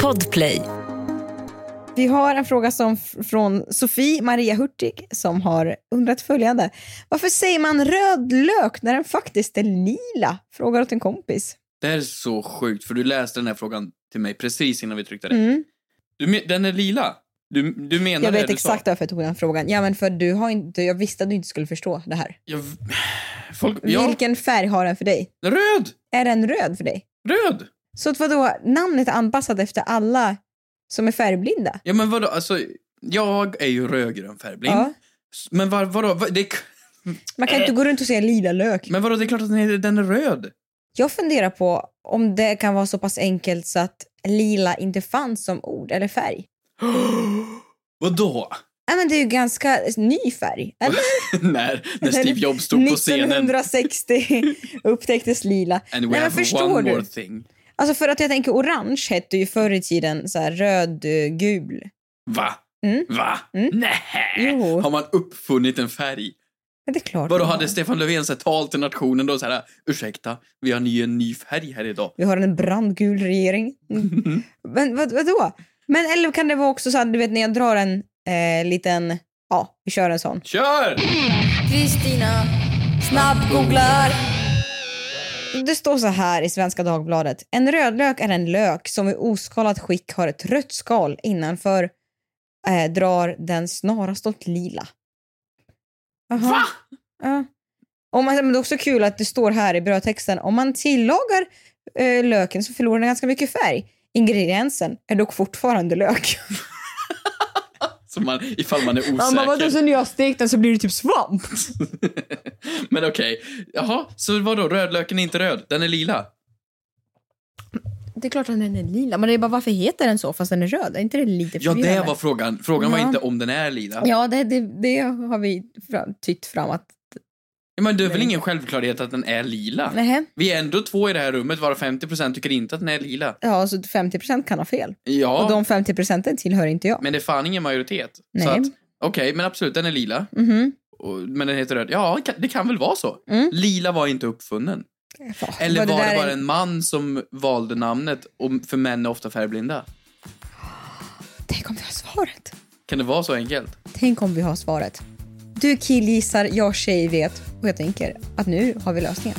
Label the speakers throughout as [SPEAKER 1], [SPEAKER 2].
[SPEAKER 1] Podplay.
[SPEAKER 2] Vi har en fråga som f- från Sofie Maria Hurtig som har undrat följande. Varför säger man röd lök när den faktiskt är lila? Frågar åt en kompis.
[SPEAKER 3] Det här är så sjukt, för du läste den här frågan till mig precis innan vi tryckte det.
[SPEAKER 2] Mm.
[SPEAKER 3] Du men, den är lila. Du, du menar
[SPEAKER 2] Jag
[SPEAKER 3] det
[SPEAKER 2] vet
[SPEAKER 3] du
[SPEAKER 2] exakt
[SPEAKER 3] Sa.
[SPEAKER 2] varför jag tog den frågan. Ja, men för du har inte, jag visste att du inte skulle förstå det här.
[SPEAKER 3] Jag, folk, ja,
[SPEAKER 2] Vilken färg har den för dig?
[SPEAKER 3] röd!
[SPEAKER 2] Är den röd för dig?
[SPEAKER 3] Röd!
[SPEAKER 2] Så att vadå, namnet är anpassat efter alla som är färgblinda?
[SPEAKER 3] Ja men vadå, alltså jag är ju rödgrön färgblind.
[SPEAKER 2] Ja.
[SPEAKER 3] S- Men var, vadå, va, det, är k-
[SPEAKER 2] Man
[SPEAKER 3] Eh.
[SPEAKER 2] kan inte gå runt och säga lila lök.
[SPEAKER 3] men vadå, det är klart att den är, den är röd.
[SPEAKER 2] Jag funderar på om det kan vara så pass enkelt så att lila inte fanns som ord eller färg.
[SPEAKER 3] vadå?
[SPEAKER 2] Ja, men det är ju ganska ny färg. Eller?
[SPEAKER 3] när, när Steve Jobs stod på scenen.
[SPEAKER 2] 1960 upptäcktes lila.
[SPEAKER 3] And we
[SPEAKER 2] Nej, men
[SPEAKER 3] have
[SPEAKER 2] förstår
[SPEAKER 3] one
[SPEAKER 2] du?
[SPEAKER 3] more thing.
[SPEAKER 2] Alltså för att jag tänker orange hette ju förr i tiden så här röd, eh, gul.
[SPEAKER 3] Va?
[SPEAKER 2] Mm.
[SPEAKER 3] Va?
[SPEAKER 2] Mm.
[SPEAKER 3] Nej.
[SPEAKER 2] Jo.
[SPEAKER 3] Har man uppfunnit en färg?
[SPEAKER 2] Men det är klart.
[SPEAKER 3] Äh, Vadå,
[SPEAKER 2] man
[SPEAKER 3] hade
[SPEAKER 2] har.
[SPEAKER 3] Stefan Löfven så här, tal till nationen då så här, ursäkta, vi har ny, en ny färg här idag.
[SPEAKER 2] Vi har en brandgul regering. Mm. Men vad, vadå? Men eller kan det vara också så här, du vet när jag drar en eh, liten, ja vi kör en sån.
[SPEAKER 3] Kör!
[SPEAKER 4] Kristina snabbgooglar.
[SPEAKER 2] Det står så här i Svenska Dagbladet. En rödlök är en lök som i oskalat skick har ett rött skal innanför eh, drar den snarast åt lila. Jaha.
[SPEAKER 3] Va?
[SPEAKER 2] Ja. Om man, men det är också kul att det står här i brödtexten om man tillagar eh, löken så förlorar den ganska mycket färg. Ingrediensen är dock fortfarande lök.
[SPEAKER 3] Så man, ifall man är osäker.
[SPEAKER 2] när jag stekt den så blir det typ svamp?
[SPEAKER 3] Men okej. Jaha, så vadå, rödlöken är inte röd, den är lila?
[SPEAKER 2] Det är klart att den är lila, men det är bara varför heter den så fast den är röd? Är inte det lite
[SPEAKER 3] Ja, det
[SPEAKER 2] förvirrande?
[SPEAKER 3] var frågan. Frågan var
[SPEAKER 2] Ja.
[SPEAKER 3] inte om den är lila. Ja.
[SPEAKER 2] Ja, det, det, det har vi fram, tytt fram att...
[SPEAKER 3] Men det är väl
[SPEAKER 2] Nej.
[SPEAKER 3] ingen självklarhet att den är lila?
[SPEAKER 2] Nähä.
[SPEAKER 3] Vi är ändå två i det här rummet, varav 50% tycker inte att den är lila.
[SPEAKER 2] Ja, så 50% kan ha fel.
[SPEAKER 3] Ja,
[SPEAKER 2] Och de 50% tillhör inte jag.
[SPEAKER 3] men det är fan ingen majoritet.
[SPEAKER 2] Nej.
[SPEAKER 3] Så att, okej, men absolut, den är lila.
[SPEAKER 2] Mhm.
[SPEAKER 3] Och, men den heter röd. Ja, det kan- det kan väl vara så.
[SPEAKER 2] Mm.
[SPEAKER 3] Lila var inte uppfunnen.
[SPEAKER 2] Fan,
[SPEAKER 3] Eller var det
[SPEAKER 2] där
[SPEAKER 3] bara en man som valde namnet? Och för män är ofta färgblinda.
[SPEAKER 2] Tänk om vi har svaret.
[SPEAKER 3] Kan det vara så enkelt?
[SPEAKER 2] Tänk om vi har svaret. Du killgissar, jag tjej vet. Och jag tänker att nu har vi lösningen.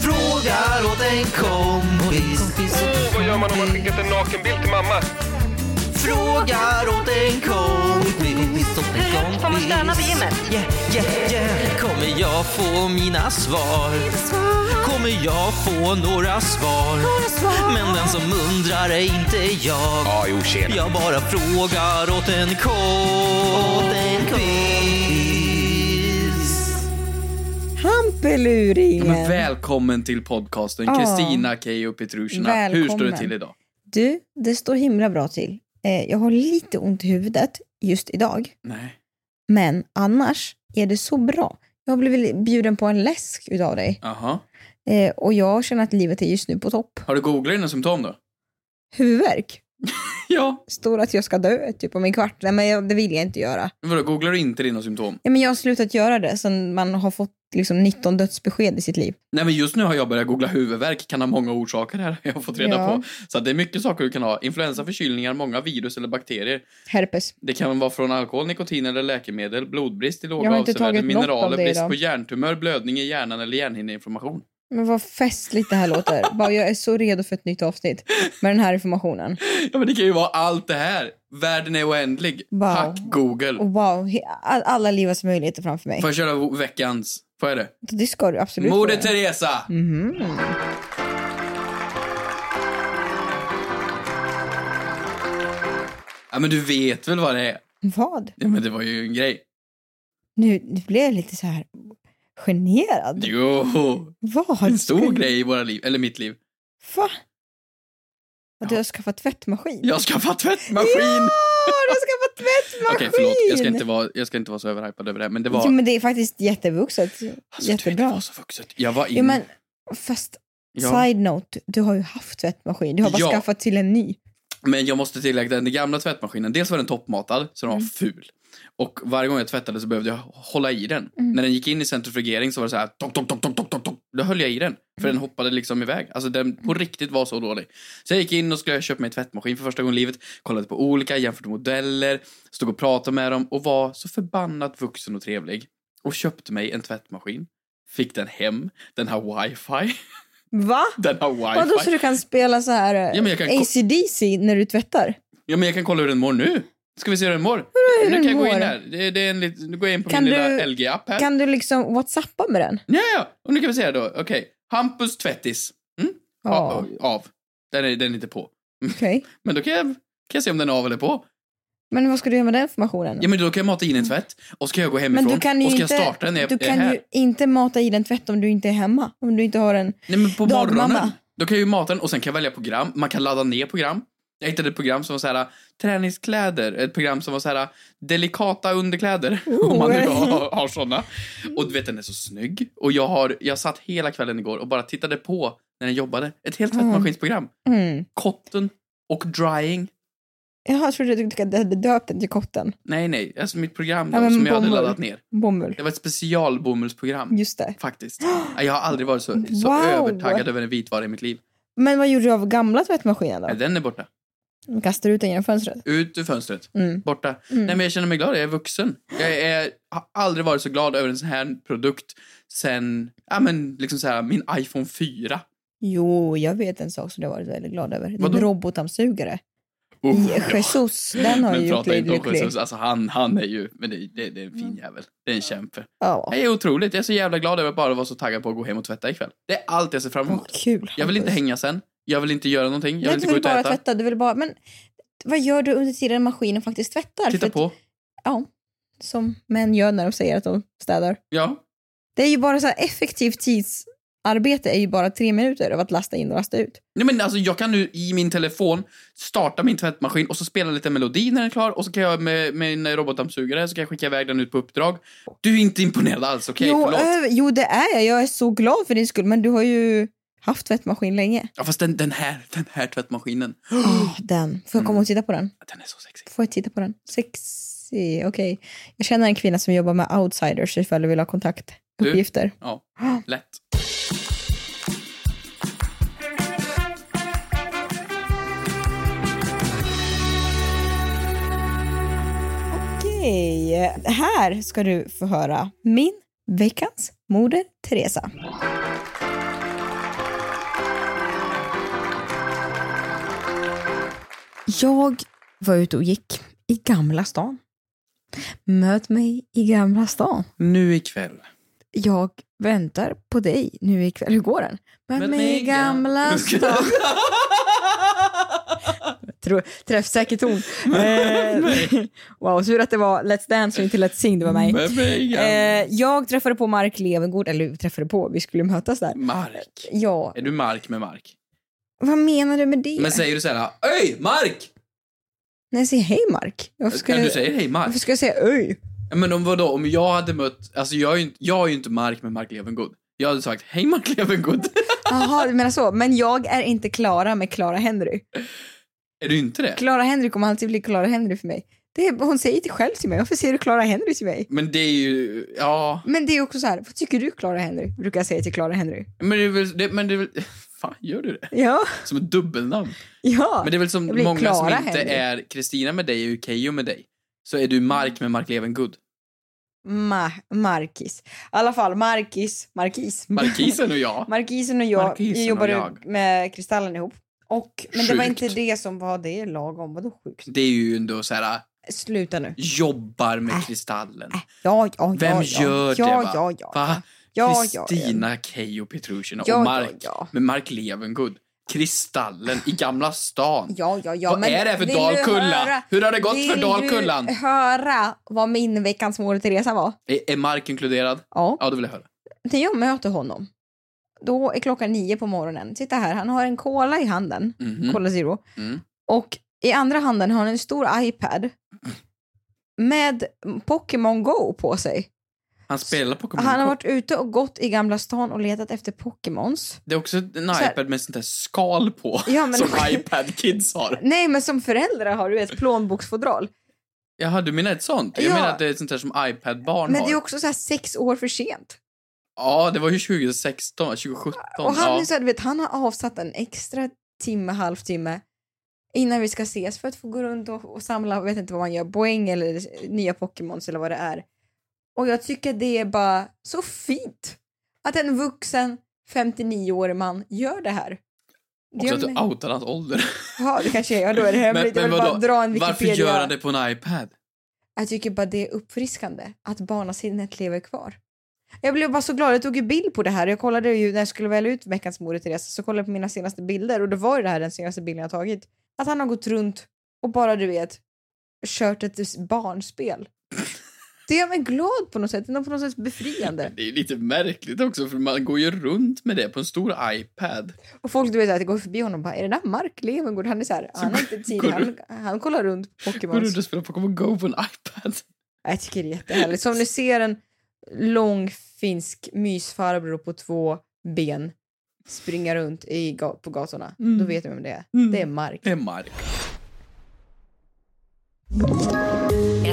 [SPEAKER 5] Frågar åt en kompis.
[SPEAKER 6] Vad gör man om man skickat en nakenbild till mamma?
[SPEAKER 5] Frågar åt en kompis. Åt en kompis.
[SPEAKER 7] Får man stöna vid gymmet?
[SPEAKER 5] Yeah, yeah, yeah. Kommer jag få mina svar? Kommer jag få några svar? Men den som undrar är inte jag.
[SPEAKER 6] Ja, jo, tjena.
[SPEAKER 5] Jag bara frågar åt en kompis.
[SPEAKER 2] Hampeluringen!
[SPEAKER 3] Men välkommen till podcasten
[SPEAKER 2] Ja.
[SPEAKER 3] Kristina Keyyo Petrushina. Hur står det
[SPEAKER 2] Välkommen.
[SPEAKER 3] till idag?
[SPEAKER 2] Du, det står himla bra till. Eh, jag har lite ont i huvudet just idag.
[SPEAKER 3] Nej.
[SPEAKER 2] Men annars är det så bra. Jag har blivit bjuden på en läsk utav dig.
[SPEAKER 3] Aha.
[SPEAKER 2] Eh, och jag känner att livet är just nu på topp.
[SPEAKER 3] Har du googlat dina symptom då?
[SPEAKER 2] Huvudvärk.
[SPEAKER 3] Ja.
[SPEAKER 2] Står att jag ska dö typ om en kvart. Nej, men jag, det vill jag inte göra.
[SPEAKER 3] Vadå, googlar du inte dina symptom?
[SPEAKER 2] Ja, men jag har slutat göra det sen man har fått liksom 19 dödsbesked i sitt liv.
[SPEAKER 3] Nej men just nu har jag börjat googla huvudvärk, kan ha många orsaker här, jag har fått reda
[SPEAKER 2] Ja.
[SPEAKER 3] på. Så att det är mycket saker du kan ha. Influensa, förkylningar, många virus eller bakterier.
[SPEAKER 2] Herpes.
[SPEAKER 3] Det kan vara från alkohol, nikotin eller läkemedel, blodbrist i
[SPEAKER 2] Jag
[SPEAKER 3] låga
[SPEAKER 2] har inte
[SPEAKER 3] avsevärden,
[SPEAKER 2] tagit något av
[SPEAKER 3] mineraler,
[SPEAKER 2] det
[SPEAKER 3] brist
[SPEAKER 2] idag.
[SPEAKER 3] på järntumör, blödning i hjärnan eller hjärnhinneinflammation.
[SPEAKER 2] Men vad festligt det här låter. Bara, jag är så redo för ett nytt avsnitt med den här informationen.
[SPEAKER 3] Ja men det kan ju vara allt det här. Världen är oändlig.
[SPEAKER 2] Wow.
[SPEAKER 3] Tack Google.
[SPEAKER 2] Och wow, he- all, alla livets möjligheter framför mig.
[SPEAKER 3] Får jag köra veckans? Får jag det?
[SPEAKER 2] Det ska du absolut
[SPEAKER 3] Moder
[SPEAKER 2] göra. Mhm.
[SPEAKER 3] Teresa! Ja men du vet väl vad det är?
[SPEAKER 2] Vad?
[SPEAKER 3] Ja, men det var ju en grej.
[SPEAKER 2] Nu, nu blev jag lite så här generad.
[SPEAKER 3] Jo!
[SPEAKER 2] Vad?
[SPEAKER 3] En stor grej i våra liv, eller mitt liv.
[SPEAKER 2] Va? Att du har skaffat tvättmaskin?
[SPEAKER 3] Jag ska få tvättmaskin!
[SPEAKER 2] Ja, du har skaffat tvättmaskin!
[SPEAKER 3] Okej förlåt, jag ska, inte vara, jag ska inte vara så överhypad över det här, men det var...
[SPEAKER 2] Jo, men det är faktiskt jättevuxet.
[SPEAKER 3] alltså, Du, det
[SPEAKER 2] Jättebra.
[SPEAKER 3] var så vuxet. Jag var in...
[SPEAKER 2] Jo, men fast
[SPEAKER 3] ja,
[SPEAKER 2] side note, du har ju haft tvättmaskin. Du har bara
[SPEAKER 3] Ja.
[SPEAKER 2] skaffat till en ny.
[SPEAKER 3] men jag måste tillägga den, den gamla tvättmaskinen, dels var den toppmatad, så den var ful. Och varje gång jag tvättade så behövde jag hålla i den. När den gick in i centrifugering så var det så här... Tok, tok, tok, tok, tok, tok, tok. Då höll jag i den. För den hoppade liksom iväg. Alltså den på riktigt var så dålig. Så jag gick in och skulle köpa mig en tvättmaskin för första gången i livet. Kollade på olika, jämförde modeller. Stod och pratade med dem och var så förbannat vuxen och trevlig. Och köpte mig en tvättmaskin. Fick den hem. Den har wifi.
[SPEAKER 2] Va?
[SPEAKER 3] Den har
[SPEAKER 2] Vadå så
[SPEAKER 3] wifi.
[SPEAKER 2] du kan spela så här
[SPEAKER 3] Ja, men
[SPEAKER 2] ja,
[SPEAKER 3] jag kan ko-
[SPEAKER 2] ACDC när du tvättar?
[SPEAKER 3] Ja, men jag kan kolla hur den mår nu. Ska vi se hur den mår?
[SPEAKER 2] hur
[SPEAKER 3] nu
[SPEAKER 2] den
[SPEAKER 3] kan jag gå
[SPEAKER 2] mår?
[SPEAKER 3] in här. Det, det är en, lit- nu går jag in på
[SPEAKER 2] Kan
[SPEAKER 3] min
[SPEAKER 2] du-
[SPEAKER 3] lilla LG-app här.
[SPEAKER 2] Kan du liksom whatsappa med den?
[SPEAKER 3] Ja, ja, och nu kan vi se här då. Okej. Hampus tvättis. Mm?
[SPEAKER 2] Ja.
[SPEAKER 3] A- Av. Den är, den är inte på.
[SPEAKER 2] Okej.
[SPEAKER 3] Men då kan jag, kan jag se om den är av eller på.
[SPEAKER 2] Men vad ska du göra med den informationen?
[SPEAKER 3] Ja, men då kan jag mata in en tvätt. Och så kan jag gå
[SPEAKER 2] men
[SPEAKER 3] hemifrån.
[SPEAKER 2] du kan ju
[SPEAKER 3] och ska
[SPEAKER 2] inte,
[SPEAKER 3] jag starta den när jag
[SPEAKER 2] du
[SPEAKER 3] är
[SPEAKER 2] kan
[SPEAKER 3] här.
[SPEAKER 2] ju inte mata i den tvätt om du inte är hemma. Om du inte har en...
[SPEAKER 3] Nej, men på
[SPEAKER 2] Dagmamma.
[SPEAKER 3] morgonen. Då kan jag ju mata den och sen kan jag välja program. Man kan ladda ner program. Jag hittade ett program som var så här träningskläder. Ett program som var så här delikata underkläder. Om man nu har, har sådana. Och du vet den är så snygg. Och jag, har, jag satt hela kvällen igår och bara tittade på när den jobbade. Ett helt tvättmaskinsprogram.
[SPEAKER 2] Mm.
[SPEAKER 3] Cotton och drying.
[SPEAKER 2] Jaha, Jag trodde du hade döpt den till kotten.
[SPEAKER 3] Nej, nej. Alltså mitt program då,
[SPEAKER 2] Ja, men
[SPEAKER 3] som jag hade
[SPEAKER 2] bomull.
[SPEAKER 3] laddat ner.
[SPEAKER 2] Bomull.
[SPEAKER 3] Det var ett specialbomullsprogram.
[SPEAKER 2] Just det.
[SPEAKER 3] Faktiskt. Jag har aldrig varit så, så
[SPEAKER 2] Wow.
[SPEAKER 3] övertaggad över en vitvara i mitt liv.
[SPEAKER 2] Men vad gjorde du av gamla tvättmaskinen
[SPEAKER 3] Nej,
[SPEAKER 2] då?
[SPEAKER 3] Den är borta.
[SPEAKER 2] Kastade du ut den genom fönstret?
[SPEAKER 3] Ut ur fönstret.
[SPEAKER 2] Mm.
[SPEAKER 3] Borta. Nej, men jag känner mig glad. Jag är vuxen. Jag är, har aldrig varit så glad över en sån här produkt sen ja, men liksom så här, min iPhone 4.
[SPEAKER 2] Jo, jag vet en sak som du har varit väldigt glad över. Din
[SPEAKER 3] Vadå?
[SPEAKER 2] robotdammsugare.
[SPEAKER 3] Uff, ja.
[SPEAKER 2] Jesus, den har
[SPEAKER 3] men
[SPEAKER 2] ju gjort
[SPEAKER 3] prata
[SPEAKER 2] dig
[SPEAKER 3] inte om
[SPEAKER 2] lycklig. Mm.
[SPEAKER 3] Jesus. Alltså, han, han är ju... Men det, det, det är en fin jävel. Det är en kämpe.
[SPEAKER 2] Ja,
[SPEAKER 3] Det är otroligt. Jag är så jävla glad över att bara vara så taggad på att gå hem och tvätta ikväll. Det är allt jag ser fram emot.
[SPEAKER 2] kul.
[SPEAKER 3] Jag vill inte
[SPEAKER 2] Hampus.
[SPEAKER 3] hänga sen. Jag vill inte göra någonting. Jag
[SPEAKER 2] Nej,
[SPEAKER 3] vill
[SPEAKER 2] du
[SPEAKER 3] inte
[SPEAKER 2] vill
[SPEAKER 3] gå ut och
[SPEAKER 2] bara
[SPEAKER 3] äta.
[SPEAKER 2] tvätta. Du vill bara... Men vad gör du under tiden maskinen faktiskt tvättar? För
[SPEAKER 3] Titta
[SPEAKER 2] att-
[SPEAKER 3] på.
[SPEAKER 2] Ja, som män gör när de säger att de städar.
[SPEAKER 3] Ja.
[SPEAKER 2] Det är ju bara så här effektivt tidsarbete är ju bara tre minuter av att lasta in och lasta ut.
[SPEAKER 3] Nej, men alltså, jag kan nu i min telefon starta min tvättmaskin och så spela lite melodi när den är klar och så kan jag med med min robotdammsugare så kan jag skicka iväg den ut på uppdrag. Du är inte imponerad alls, okej?
[SPEAKER 2] jo, eh.
[SPEAKER 3] förlåt.
[SPEAKER 2] ö, jo, det är jag. Jag är så glad för din skull, men du har ju haft tvättmaskin länge.
[SPEAKER 3] Ja, fast den, den, här, den här tvättmaskinen,
[SPEAKER 2] Ah, den. Får jag
[SPEAKER 3] Mm.
[SPEAKER 2] komma och titta på den?
[SPEAKER 3] den är så sexig.
[SPEAKER 2] Får jag titta på den? Sexy, okej. Jag känner en kvinna som jobbar med outsiders ifall du vill ha kontaktuppgifter.
[SPEAKER 3] Ja, lätt.
[SPEAKER 2] Okej, här ska du få höra min veckans moder Teresa. Jag var ute och gick i Gamla stan. Möt mig i Gamla stan.
[SPEAKER 3] Nu ikväll.
[SPEAKER 2] Jag väntar på dig nu ikväll. Hur går den? Möt, mig i Gamla stan. Tro, träffsäker ton. Eh, wow, tur att det var Let's Dance och inte Let's Sing, det var mig.
[SPEAKER 3] Med mig i gamla...
[SPEAKER 2] Eh, jag träffade på Mark Levengård, eller vi träffade på, vi skulle mötas där.
[SPEAKER 3] Mark.
[SPEAKER 2] Ja,
[SPEAKER 3] Är du Mark med Mark?
[SPEAKER 2] vad menar du med det?
[SPEAKER 3] Men säger du så här, Öj, Mark!
[SPEAKER 2] Nej, säg hej Mark. Varför ska,
[SPEAKER 3] Ska... Du
[SPEAKER 2] jag-
[SPEAKER 3] säger hej, Mark.
[SPEAKER 2] varför ska jag säga öj?
[SPEAKER 3] Ja, Men om vadå, om jag hade mött, alltså jag är ju inte, jag är ju inte Mark med Mark Levengood. Jag hade sagt, hej Mark Levengood.
[SPEAKER 2] Jaha, du menar så. Men jag är inte Klara med Clara Henry.
[SPEAKER 3] är du inte det?
[SPEAKER 2] Clara Henry kommer alltid bli Clara Henry för mig. Det är, hon säger inte själv till mig, varför säger du Clara Henry till mig?
[SPEAKER 3] Men det är ju, ja,
[SPEAKER 2] Men det är också så här, vad tycker du Clara Henry? Brukar jag säga till Clara Henry.
[SPEAKER 3] men det är väl, det, men det är väl, fan gör du det?
[SPEAKER 2] Ja,
[SPEAKER 3] Som ett dubbelnamn.
[SPEAKER 2] ja.
[SPEAKER 3] Men det är väl som
[SPEAKER 2] Det blir
[SPEAKER 3] många som
[SPEAKER 2] Clara
[SPEAKER 3] inte
[SPEAKER 2] Henry.
[SPEAKER 3] är Kristina med dig och Keyyo med dig. Så är du Mark med Mark Levengood.
[SPEAKER 2] Ma- Markis. I alla fall, Markis. Markis.
[SPEAKER 3] Markisen och jag.
[SPEAKER 2] Markisen och jag
[SPEAKER 3] Markisen
[SPEAKER 2] jobbade
[SPEAKER 3] och jag.
[SPEAKER 2] med Kristallen ihop. Och, men det var
[SPEAKER 3] Sjukt.
[SPEAKER 2] inte det som var det lagom. Vadå sjukt?
[SPEAKER 3] Det är ju ändå så här,
[SPEAKER 2] Sluta nu.
[SPEAKER 3] jobbar med
[SPEAKER 2] Äh,
[SPEAKER 3] kristallen.
[SPEAKER 2] Äh, ja, ja,
[SPEAKER 3] Vem
[SPEAKER 2] ja,
[SPEAKER 3] gör
[SPEAKER 2] ja, Ja,
[SPEAKER 3] det, va?
[SPEAKER 2] ja, ja.
[SPEAKER 3] Va?
[SPEAKER 2] Ja, ja,
[SPEAKER 3] Kristina, Keyyo, Petrushina
[SPEAKER 2] Ja, ja,
[SPEAKER 3] och Mark.
[SPEAKER 2] ja.
[SPEAKER 3] Med Mark Levengood. Kristallen i Gamla stan.
[SPEAKER 2] Ja, ja, ja.
[SPEAKER 3] Vad
[SPEAKER 2] men
[SPEAKER 3] är det för
[SPEAKER 2] vill du
[SPEAKER 3] Dalkulla?
[SPEAKER 2] höra-
[SPEAKER 3] Hur har det gått
[SPEAKER 2] vill
[SPEAKER 3] för Dalkullan?
[SPEAKER 2] du höra vad min veckans mål Teresa var?
[SPEAKER 3] Är, är Mark inkluderad?
[SPEAKER 2] Ja.
[SPEAKER 3] Ja, det vill jag höra.
[SPEAKER 2] När jag möter honom, då är klockan nio på morgonen. Titta här, han har en cola i handen.
[SPEAKER 3] Mhm.
[SPEAKER 2] Cola Zero.
[SPEAKER 3] Mm.
[SPEAKER 2] Och i andra handen har han en stor iPad med Pokémon Go på sig.
[SPEAKER 3] Han spelar Pokémon
[SPEAKER 2] Han har
[SPEAKER 3] Go.
[SPEAKER 2] varit ute och gått i Gamla stan och letat efter Pokémons.
[SPEAKER 3] Det är också en
[SPEAKER 2] här-
[SPEAKER 3] iPad med sånt där skal på.
[SPEAKER 2] Ja, men-
[SPEAKER 3] Som iPad Kids har.
[SPEAKER 2] Nej, men som föräldrar har du ett plånboksfodral.
[SPEAKER 3] Jaha, du menar ett sånt? Jag
[SPEAKER 2] Ja.
[SPEAKER 3] menar att det är ett sånt där som iPad-barn
[SPEAKER 2] Men det är
[SPEAKER 3] har.
[SPEAKER 2] också så här sex år för sent.
[SPEAKER 3] Ja, det var ju 2016, 2017.
[SPEAKER 2] Och han,
[SPEAKER 3] ja.
[SPEAKER 2] är så här, du vet, han har avsatt en extra timme, halvtimme innan vi ska ses för att få gå runt och, och samla, jag vet inte vad man gör, poäng eller nya Pokémons eller vad det är. Och jag tycker det är bara så fint att en vuxen 59-årig man gör det här. Det
[SPEAKER 3] Också att
[SPEAKER 2] gör
[SPEAKER 3] du
[SPEAKER 2] mig-
[SPEAKER 3] outar hans ålder.
[SPEAKER 2] Ja, det kanske jag gör. Då är det hemligt. jag vill bara dra en
[SPEAKER 3] Varför
[SPEAKER 2] Wikipedia.
[SPEAKER 3] gör han det på en iPad?
[SPEAKER 2] Jag tycker bara det är uppfriskande att barnasinnet lever kvar. Jag blev bara så glad. Jag tog ju bild på det här. Jag kollade ju när jag skulle välja ut veckans mode till resa så kollade jag på mina senaste bilder och då var ju det här den senaste bilden jag tagit. Att han har gått runt och bara du vet kört ett barnspel. Det gör mig glad på något sätt. Det är på något sätt befriande.
[SPEAKER 3] Det är ju lite märkligt också, för man går ju runt med det på en stor iPad.
[SPEAKER 2] Och folk du vet att det går förbi honom och bara är det där Mark Levengård? Han är så här, han har inte tid.
[SPEAKER 3] går
[SPEAKER 2] Han, han kollar runt på
[SPEAKER 3] Går
[SPEAKER 2] Pokémons.
[SPEAKER 3] runt och spelar Pokémon Go på en iPad.
[SPEAKER 2] Jag tycker det är jättehärligt. Så om ni ser en lång finsk mysfarbror på två ben springa runt i, ga- på gatorna, då vet ni vem det är. Det är Mark.
[SPEAKER 3] Det är Mark.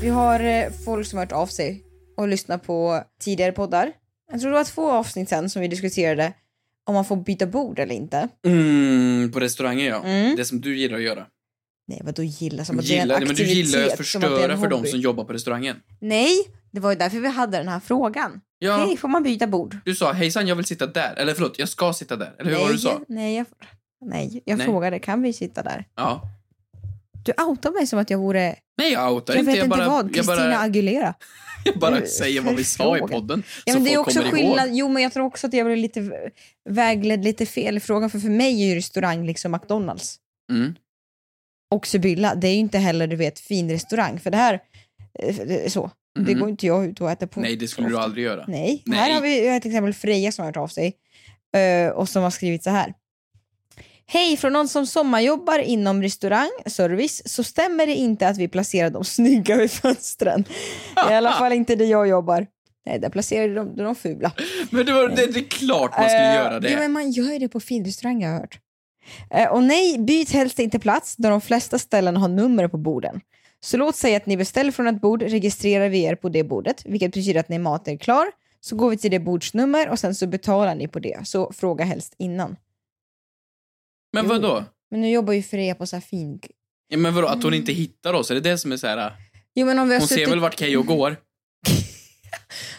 [SPEAKER 2] Vi har eh, folk som har hört av sig och lyssnat på tidigare poddar. Jag tror det var två avsnitt sen som vi diskuterade om man får byta bord eller inte.
[SPEAKER 3] Mm, på restaurangen ja.
[SPEAKER 2] Mm.
[SPEAKER 3] Det som du gillar att göra.
[SPEAKER 2] Nej, vad då gilla? Som att det är
[SPEAKER 3] Gillar,
[SPEAKER 2] en
[SPEAKER 3] nej, men
[SPEAKER 2] aktivitet.
[SPEAKER 3] du gillar ju att
[SPEAKER 2] som att det är en
[SPEAKER 3] förstöra för de
[SPEAKER 2] hobby.
[SPEAKER 3] som jobbar på restaurangen.
[SPEAKER 2] Nej, det var ju därför vi hade den här frågan.
[SPEAKER 3] Ja,
[SPEAKER 2] Hej, får man byta bord?
[SPEAKER 3] Du sa hejsan, jag vill sitta där. Eller förlåt, jag ska sitta där. Eller hur
[SPEAKER 2] nej,
[SPEAKER 3] var det du sa?
[SPEAKER 2] nej, jag, nej, jag
[SPEAKER 3] Nej.
[SPEAKER 2] frågade kan vi sitta där?
[SPEAKER 3] Ja.
[SPEAKER 2] Du outar mig som att jag vore,
[SPEAKER 3] Nej, jag outar
[SPEAKER 2] jag
[SPEAKER 3] inte.
[SPEAKER 2] vet inte
[SPEAKER 3] bara,
[SPEAKER 2] vad,
[SPEAKER 3] jag
[SPEAKER 2] Christina
[SPEAKER 3] bara,
[SPEAKER 2] Aguilera.
[SPEAKER 3] jag bara säger vad vi sa i
[SPEAKER 2] Frågan.
[SPEAKER 3] podden.
[SPEAKER 2] Ja,
[SPEAKER 3] så
[SPEAKER 2] men det är
[SPEAKER 3] folk
[SPEAKER 2] också
[SPEAKER 3] kommer ihåg.
[SPEAKER 2] skillnad, jo men jag tror också att jag blev lite v- vägledd lite fel i frågan för för mig är ju restaurang liksom McDonalds.
[SPEAKER 3] Mm.
[SPEAKER 2] Och Sibylla, det är ju inte heller du vet fin restaurang för det här, eh, det är så, det
[SPEAKER 3] Mhm.
[SPEAKER 2] går inte jag ut och äter på.
[SPEAKER 3] Nej, det skulle
[SPEAKER 2] så
[SPEAKER 3] du
[SPEAKER 2] ofta.
[SPEAKER 3] aldrig göra.
[SPEAKER 2] Nej.
[SPEAKER 3] Nej.
[SPEAKER 2] Här har vi eh, till exempel Freja som har hört av sig eh, och som har skrivit så här. Hej, från någon som sommarjobbar inom restaurang, service, så stämmer det inte att vi placerar de snygga vid fönstren. I alla fall inte där jag jobbar. Nej, där placerade de de fula.
[SPEAKER 3] Men det, var, det, det är klart man skulle
[SPEAKER 2] Eh,
[SPEAKER 3] göra det.
[SPEAKER 2] Jo, men man gör ju det på finrestaurang har jag hört. Eh, och nej, byt helst inte plats då de flesta ställen har nummer på borden. Så låt säga att ni beställer från ett bord, registrerar vi er på det bordet, vilket betyder att när maten är klar så går vi till det bordsnummer och sen så betalar ni på det. Så fråga helst innan.
[SPEAKER 3] Men
[SPEAKER 2] Jo.
[SPEAKER 3] vadå?
[SPEAKER 2] Men nu jobbar ju Freja på så här fin...
[SPEAKER 3] Ja, men vadå? Att hon inte hittar oss? Är det det som är så här?
[SPEAKER 2] Jo men om vi Mm. har
[SPEAKER 3] Hon ser
[SPEAKER 2] suttit...
[SPEAKER 3] väl vart Keyyo går?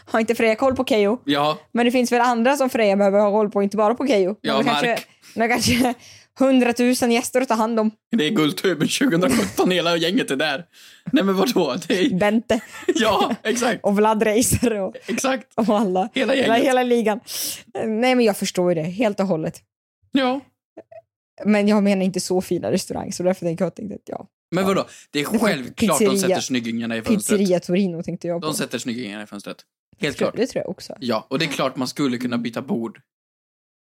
[SPEAKER 2] Har inte Freja koll på Keyyo?
[SPEAKER 3] Ja,
[SPEAKER 2] Men det finns väl andra som Freja behöver ha koll på, inte bara på Keyyo.
[SPEAKER 3] Ja,
[SPEAKER 2] Hon har
[SPEAKER 3] Mark.
[SPEAKER 2] kanske, hon har kanske hundratusen gäster att ta hand om.
[SPEAKER 3] det är Guldtuben 2017, hela gänget är där. Nej men vadå? Det är,
[SPEAKER 2] Bente
[SPEAKER 3] ja, exakt,
[SPEAKER 2] och Vlad Reiser och...
[SPEAKER 3] exakt.
[SPEAKER 2] om alla.
[SPEAKER 3] Hela
[SPEAKER 2] Hela,
[SPEAKER 3] gänget.
[SPEAKER 2] hela ligan. Eh, Nej, men jag förstår ju det helt och hållet.
[SPEAKER 3] Ja.
[SPEAKER 2] Men jag menar inte så fina restaurang, så därför tänkte jag tänkte att ja.
[SPEAKER 3] Men vadå? Det är
[SPEAKER 2] Det var
[SPEAKER 3] självklart de
[SPEAKER 2] pizzeria.
[SPEAKER 3] sätter snyggingarna i fönstret.
[SPEAKER 2] Pizzeria Torino tänkte jag på.
[SPEAKER 3] De sätter snyggingarna i fönstret. Helt
[SPEAKER 2] Tror-
[SPEAKER 3] klart.
[SPEAKER 2] Det tror jag också.
[SPEAKER 3] Ja, och det är klart man skulle kunna byta bord.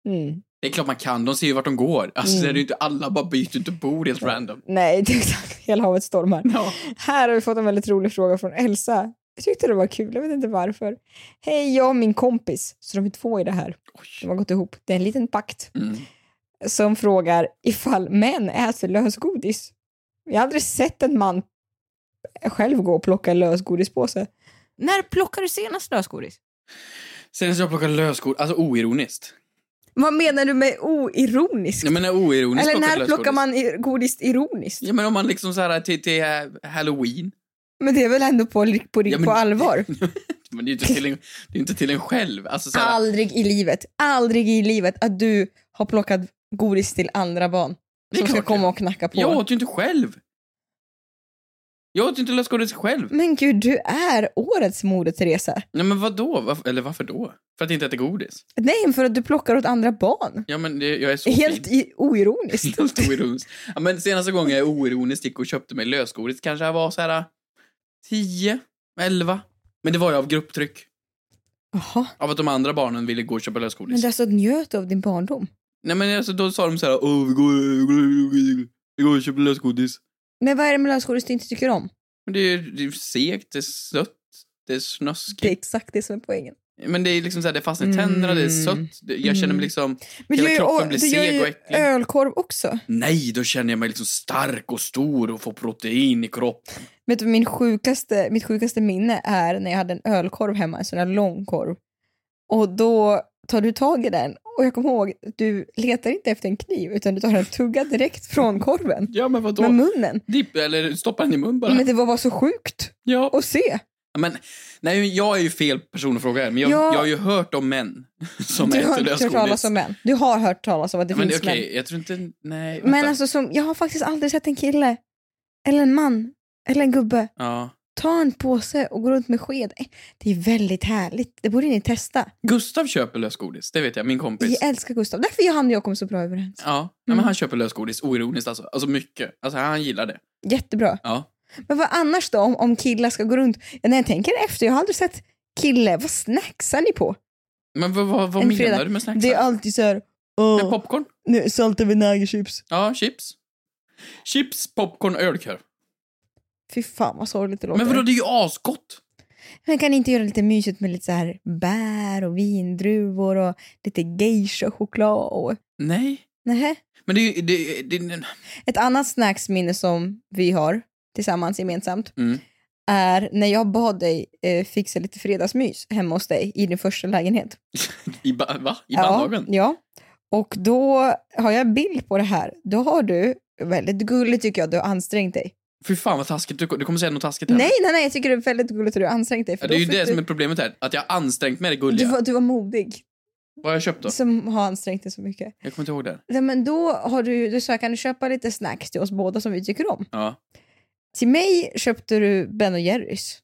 [SPEAKER 2] Mm.
[SPEAKER 3] Det är klart man kan, de ser ju vart de går. Alltså
[SPEAKER 2] Mm.
[SPEAKER 3] det är ju inte, alla bara byter inte bord helt random.
[SPEAKER 2] Nej, det är exakt. Hela havet stormar.
[SPEAKER 3] Ja.
[SPEAKER 2] Här har vi fått en väldigt rolig fråga från Elsa. Jag tyckte det var kul, jag vet inte varför. Hej, jag och min kompis, så de är två i det här. De
[SPEAKER 3] Oj.
[SPEAKER 2] har gått ihop. Det är en liten pakt
[SPEAKER 3] Mm.
[SPEAKER 2] som frågar ifall män äter lösgodis. Jag har aldrig sett en man själv gå och plocka en lösgodispåse. När plockade du senast lösgodis?
[SPEAKER 3] Senast jag plockade lösgodis, alltså oironiskt.
[SPEAKER 2] Vad menar du med oironiskt?
[SPEAKER 3] Jag menar oironiskt
[SPEAKER 2] Eller
[SPEAKER 3] plockat
[SPEAKER 2] när plockar
[SPEAKER 3] lösgodis.
[SPEAKER 2] man i- godis ironiskt?
[SPEAKER 3] Ja men om man liksom så här till, till eh, halloween.
[SPEAKER 2] Men det är väl ändå på, på,
[SPEAKER 3] Ja, men-
[SPEAKER 2] på allvar?
[SPEAKER 3] Men det är ju inte till en, det är inte till en själv. Alltså så här,
[SPEAKER 2] aldrig i livet, aldrig i livet att du har plockat godis till andra barn
[SPEAKER 3] Det är
[SPEAKER 2] som ska
[SPEAKER 3] klart
[SPEAKER 2] komma och knacka på.
[SPEAKER 3] jag åt ju inte själv. Jag åt ju inte lösgodis själv.
[SPEAKER 2] Men gud, du är årets Moder Teresa.
[SPEAKER 3] Nej men vadå? Varf- eller varför då? För att inte äta godis?
[SPEAKER 2] Nej, men för att du plockar åt andra barn.
[SPEAKER 3] Ja men det, jag är så
[SPEAKER 2] Helt
[SPEAKER 3] fin.
[SPEAKER 2] i- oironiskt.
[SPEAKER 3] Helt oironiskt. Ja, men senaste gången jag oironiskt gick och köpte mig lösgodis kanske jag var så här 10, 11. Men det var ju av grupptryck.
[SPEAKER 2] Jaha,
[SPEAKER 3] Av att de andra barnen ville gå och köpa
[SPEAKER 2] men
[SPEAKER 3] lösgodis.
[SPEAKER 2] du alltså njöt av din barndom.
[SPEAKER 3] Nej men alltså, då sa de så här, Åh, vi går, vi går, vi går, vi går och köper lösgodis.
[SPEAKER 2] Men vad är det med lösgodis du inte tycker om?
[SPEAKER 3] Men det är, det är segt, det är sött, det
[SPEAKER 2] Det
[SPEAKER 3] är
[SPEAKER 2] är
[SPEAKER 3] snuskigt.
[SPEAKER 2] exakt det Mm. som är poängen.
[SPEAKER 3] Men det är liksom så här, det fastnar i tänderna, det är sött. Det, jag känner mig liksom,
[SPEAKER 2] Men
[SPEAKER 3] hela
[SPEAKER 2] du gör,
[SPEAKER 3] kroppen
[SPEAKER 2] ju-
[SPEAKER 3] blir
[SPEAKER 2] du gör
[SPEAKER 3] seg och
[SPEAKER 2] ju
[SPEAKER 3] äcklig.
[SPEAKER 2] ölkorv också.
[SPEAKER 3] nej då känner jag mig liksom stark och stor och får protein i kroppen.
[SPEAKER 2] Vet du, min sjukaste, mitt sjukaste minne är när jag hade en ölkorv hemma, en sån där lång korv. Och då tar du tag i den och jag kommer ihåg, du letar inte efter en kniv utan du tar en tugga direkt från korven.
[SPEAKER 3] Ja men vadå?
[SPEAKER 2] Med munnen.
[SPEAKER 3] Dipp, eller stoppa den i mun bara.
[SPEAKER 2] Men det var bara så sjukt
[SPEAKER 3] ja.
[SPEAKER 2] att se.
[SPEAKER 3] Men, nej, jag är ju fel person att fråga här, men jag,
[SPEAKER 2] Ja.
[SPEAKER 3] jag har ju hört om män som
[SPEAKER 2] Du har
[SPEAKER 3] äter
[SPEAKER 2] inte hört talas
[SPEAKER 3] lösgodis.
[SPEAKER 2] om män. Du har hört talas om att det
[SPEAKER 3] Men
[SPEAKER 2] finns
[SPEAKER 3] okej,
[SPEAKER 2] män.
[SPEAKER 3] jag tror inte... Nej, vänta.
[SPEAKER 2] Men alltså, som, jag har faktiskt aldrig sett en kille, eller en man, eller en gubbe
[SPEAKER 3] Ja.
[SPEAKER 2] ta en påse och gå runt med sked. Eh, Det är väldigt härligt. Det borde ni testa.
[SPEAKER 3] Gustav köper lösgodis, det vet jag, min kompis.
[SPEAKER 2] Jag älskar Gustav. Därför är han och jag kom så bra överens.
[SPEAKER 3] Ja, nej, men han köper lösgodis oironiskt alltså. Alltså mycket. Alltså han gillar det.
[SPEAKER 2] Jättebra.
[SPEAKER 3] Ja.
[SPEAKER 2] Men vad annars då om, om killar ska gå runt? Ja, När jag tänker efter, jag har aldrig sett kille. Vad snacksar ni på?
[SPEAKER 3] Men vad, vad, vad
[SPEAKER 2] En
[SPEAKER 3] menar
[SPEAKER 2] fredag.
[SPEAKER 3] du med snacksar?
[SPEAKER 2] Det är alltid så här,
[SPEAKER 3] Med
[SPEAKER 2] åh,
[SPEAKER 3] popcorn?
[SPEAKER 2] nu, salt och vinägerchips.
[SPEAKER 3] Ja, chips. Chips, popcorn, ölkorv.
[SPEAKER 2] Fy fan vad sorgligt det låter.
[SPEAKER 3] Men vadå, det är ju asgott!
[SPEAKER 2] Men kan ni inte göra lite mysigt med lite så här bär och vindruvor och lite geisha-choklad? Och...
[SPEAKER 3] Nej.
[SPEAKER 2] Nähä.
[SPEAKER 3] Men det är ju... Det, det, det,
[SPEAKER 2] Ett annat snacksminne som vi har tillsammans gemensamt
[SPEAKER 3] Mm.
[SPEAKER 2] är när jag bad dig eh, fixa lite fredagsmys hemma hos dig i din första lägenhet.
[SPEAKER 3] i, ba- va? I
[SPEAKER 2] ja,
[SPEAKER 3] bandhagen?
[SPEAKER 2] ja. Och då har jag en bild på det här. Då har du, väldigt gulligt tycker jag, du har ansträngt dig.
[SPEAKER 3] Fy fan vad taskigt, du, du kommer säga något taskigt här.
[SPEAKER 2] Nej, nej, nej, jag tycker det är väldigt gulligt att du har ansträngt dig.
[SPEAKER 3] Mm.
[SPEAKER 2] För
[SPEAKER 3] Ja, det är ju
[SPEAKER 2] då fick
[SPEAKER 3] det
[SPEAKER 2] du,
[SPEAKER 3] som är problemet här, att jag har ansträngt mig det
[SPEAKER 2] du
[SPEAKER 3] gulliga.
[SPEAKER 2] var, du var modig
[SPEAKER 3] Vad har jag köpt då?
[SPEAKER 2] som har ansträngt dig så mycket.
[SPEAKER 3] Jag kommer inte ihåg det. här.
[SPEAKER 2] Nej, men då har du, du sa, kan du köpa lite snacks till oss båda som vi tycker om?
[SPEAKER 3] Ja.
[SPEAKER 2] Till mig köpte du Ben och Jerrys.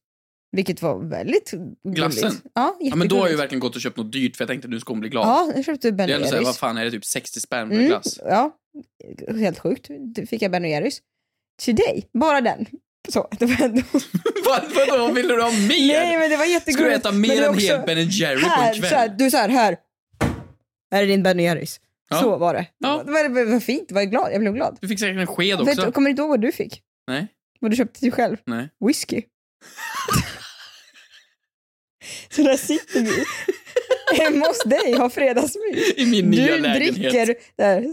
[SPEAKER 2] Vilket var väldigt gulligt.
[SPEAKER 3] Glassen?
[SPEAKER 2] Ja,
[SPEAKER 3] ja, men då har jag ju
[SPEAKER 2] jättegulligt.
[SPEAKER 3] verkligen gått och köpt något dyrt för jag tänkte att nu ska hon bli glad.
[SPEAKER 2] Ja, nu köpte du Ben
[SPEAKER 3] det
[SPEAKER 2] och
[SPEAKER 3] är ändå såhär, vad
[SPEAKER 2] Jerrys.
[SPEAKER 3] fan är det, typ 60 spänn för
[SPEAKER 2] Mm,
[SPEAKER 3] glass?
[SPEAKER 2] Ja, helt sjukt. Då fick jag Ben och Jerrys. Till dig, bara den. Så, det var ändå...
[SPEAKER 3] Vad- Vadå, vill du ha mer?
[SPEAKER 2] Nej men det var
[SPEAKER 3] Ska du
[SPEAKER 2] jättegulligt.
[SPEAKER 3] äta
[SPEAKER 2] Men
[SPEAKER 3] mer
[SPEAKER 2] det är
[SPEAKER 3] än
[SPEAKER 2] också
[SPEAKER 3] hel Ben Jerry på
[SPEAKER 2] här,
[SPEAKER 3] en
[SPEAKER 2] så här,
[SPEAKER 3] kväll?
[SPEAKER 2] Du så här, här. Här är din Ben och Jerrys.
[SPEAKER 3] Ja.
[SPEAKER 2] Så var det.
[SPEAKER 3] Ja.
[SPEAKER 2] Det, var, det var fint, det var glad. jag blev glad.
[SPEAKER 3] Du fick säkert en sked
[SPEAKER 2] Vet,
[SPEAKER 3] också.
[SPEAKER 2] du- kommer du inte ihåg vad du fick?
[SPEAKER 3] Nej.
[SPEAKER 2] Vad du köpte till dig själv?
[SPEAKER 3] Nej.
[SPEAKER 2] Whisky. så där sitter vi hemma hos dig och har fredagsmys.
[SPEAKER 3] I min nya
[SPEAKER 2] Du
[SPEAKER 3] lägenhet.
[SPEAKER 2] dricker där,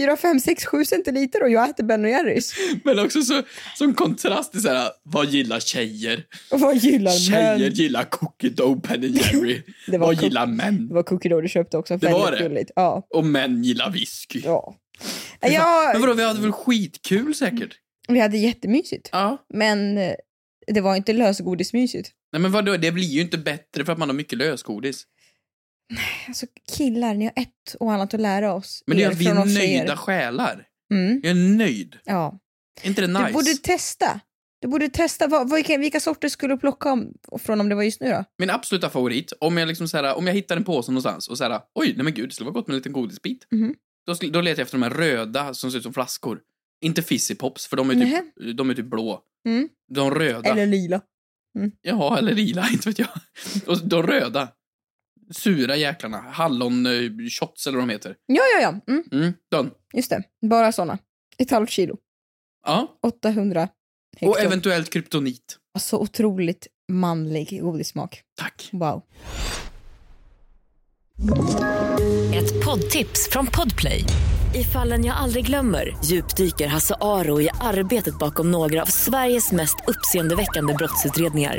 [SPEAKER 2] 4, 5, 6, 7 centiliter och jag äter Ben och Jerrys.
[SPEAKER 3] Men också så, som kontrast till såhär, vad gillar tjejer?
[SPEAKER 2] Och vad gillar
[SPEAKER 3] Tjejer
[SPEAKER 2] män?
[SPEAKER 3] gillar cookie dough Ben Jerry.
[SPEAKER 2] Det var
[SPEAKER 3] vad
[SPEAKER 2] cook-
[SPEAKER 3] gillar män?
[SPEAKER 2] Det var cookie dough du köpte också.
[SPEAKER 3] Det var
[SPEAKER 2] Väldigt
[SPEAKER 3] det?
[SPEAKER 2] gulligt. Ja.
[SPEAKER 3] Och män gillar whisky.
[SPEAKER 2] Ja.
[SPEAKER 3] fan. Men
[SPEAKER 2] Jag,
[SPEAKER 3] vadå, vi hade väl skitkul säkert?
[SPEAKER 2] vi hade jättemysigt,
[SPEAKER 3] Ja.
[SPEAKER 2] men eh, det var inte lösgodismysigt.
[SPEAKER 3] Nej men vadå, det blir ju inte bättre för att man har mycket lösgodis.
[SPEAKER 2] Alltså killar, ni har ett och annat att lära oss.
[SPEAKER 3] Men det
[SPEAKER 2] er
[SPEAKER 3] är att vi
[SPEAKER 2] från oss
[SPEAKER 3] är
[SPEAKER 2] tjejer.
[SPEAKER 3] nöjda själar.
[SPEAKER 2] Mm,
[SPEAKER 3] Jag är nöjd.
[SPEAKER 2] ja.
[SPEAKER 3] Är inte det nice?
[SPEAKER 2] Du borde testa. Du borde testa vad, vad, vilka, vilka sorter skulle du plocka om, från om det var just nu då?
[SPEAKER 3] Min absoluta favorit, om jag, liksom så här, om jag hittar en påse någonstans och så här, oj, nej men gud, det skulle vara gott med en liten godisbit.
[SPEAKER 2] Mhm.
[SPEAKER 3] Då, skulle, då letar jag efter de här röda som ser ut som flaskor. Inte Fizzypops, för de är typ, de är typ blå.
[SPEAKER 2] Mm.
[SPEAKER 3] De röda.
[SPEAKER 2] Eller lila.
[SPEAKER 3] Ja, eller lila, inte vet jag. Och de röda. Sura jäklarna. Hallon eh, shots eller vad de heter.
[SPEAKER 2] Ja, ja, ja. Mm,
[SPEAKER 3] Mm, den.
[SPEAKER 2] just det. Bara såna. Ett halvt kilo.
[SPEAKER 3] Ja.
[SPEAKER 2] 800 hektar.
[SPEAKER 3] Och eventuellt kryptonit.
[SPEAKER 2] Så otroligt manlig godissmak.
[SPEAKER 3] Tack.
[SPEAKER 2] Wow.
[SPEAKER 1] Ett poddtips från Podplay. I fallen jag aldrig glömmer djupdyker Hasse Aro i arbetet bakom några av Sveriges mest uppseendeväckande brottsutredningar.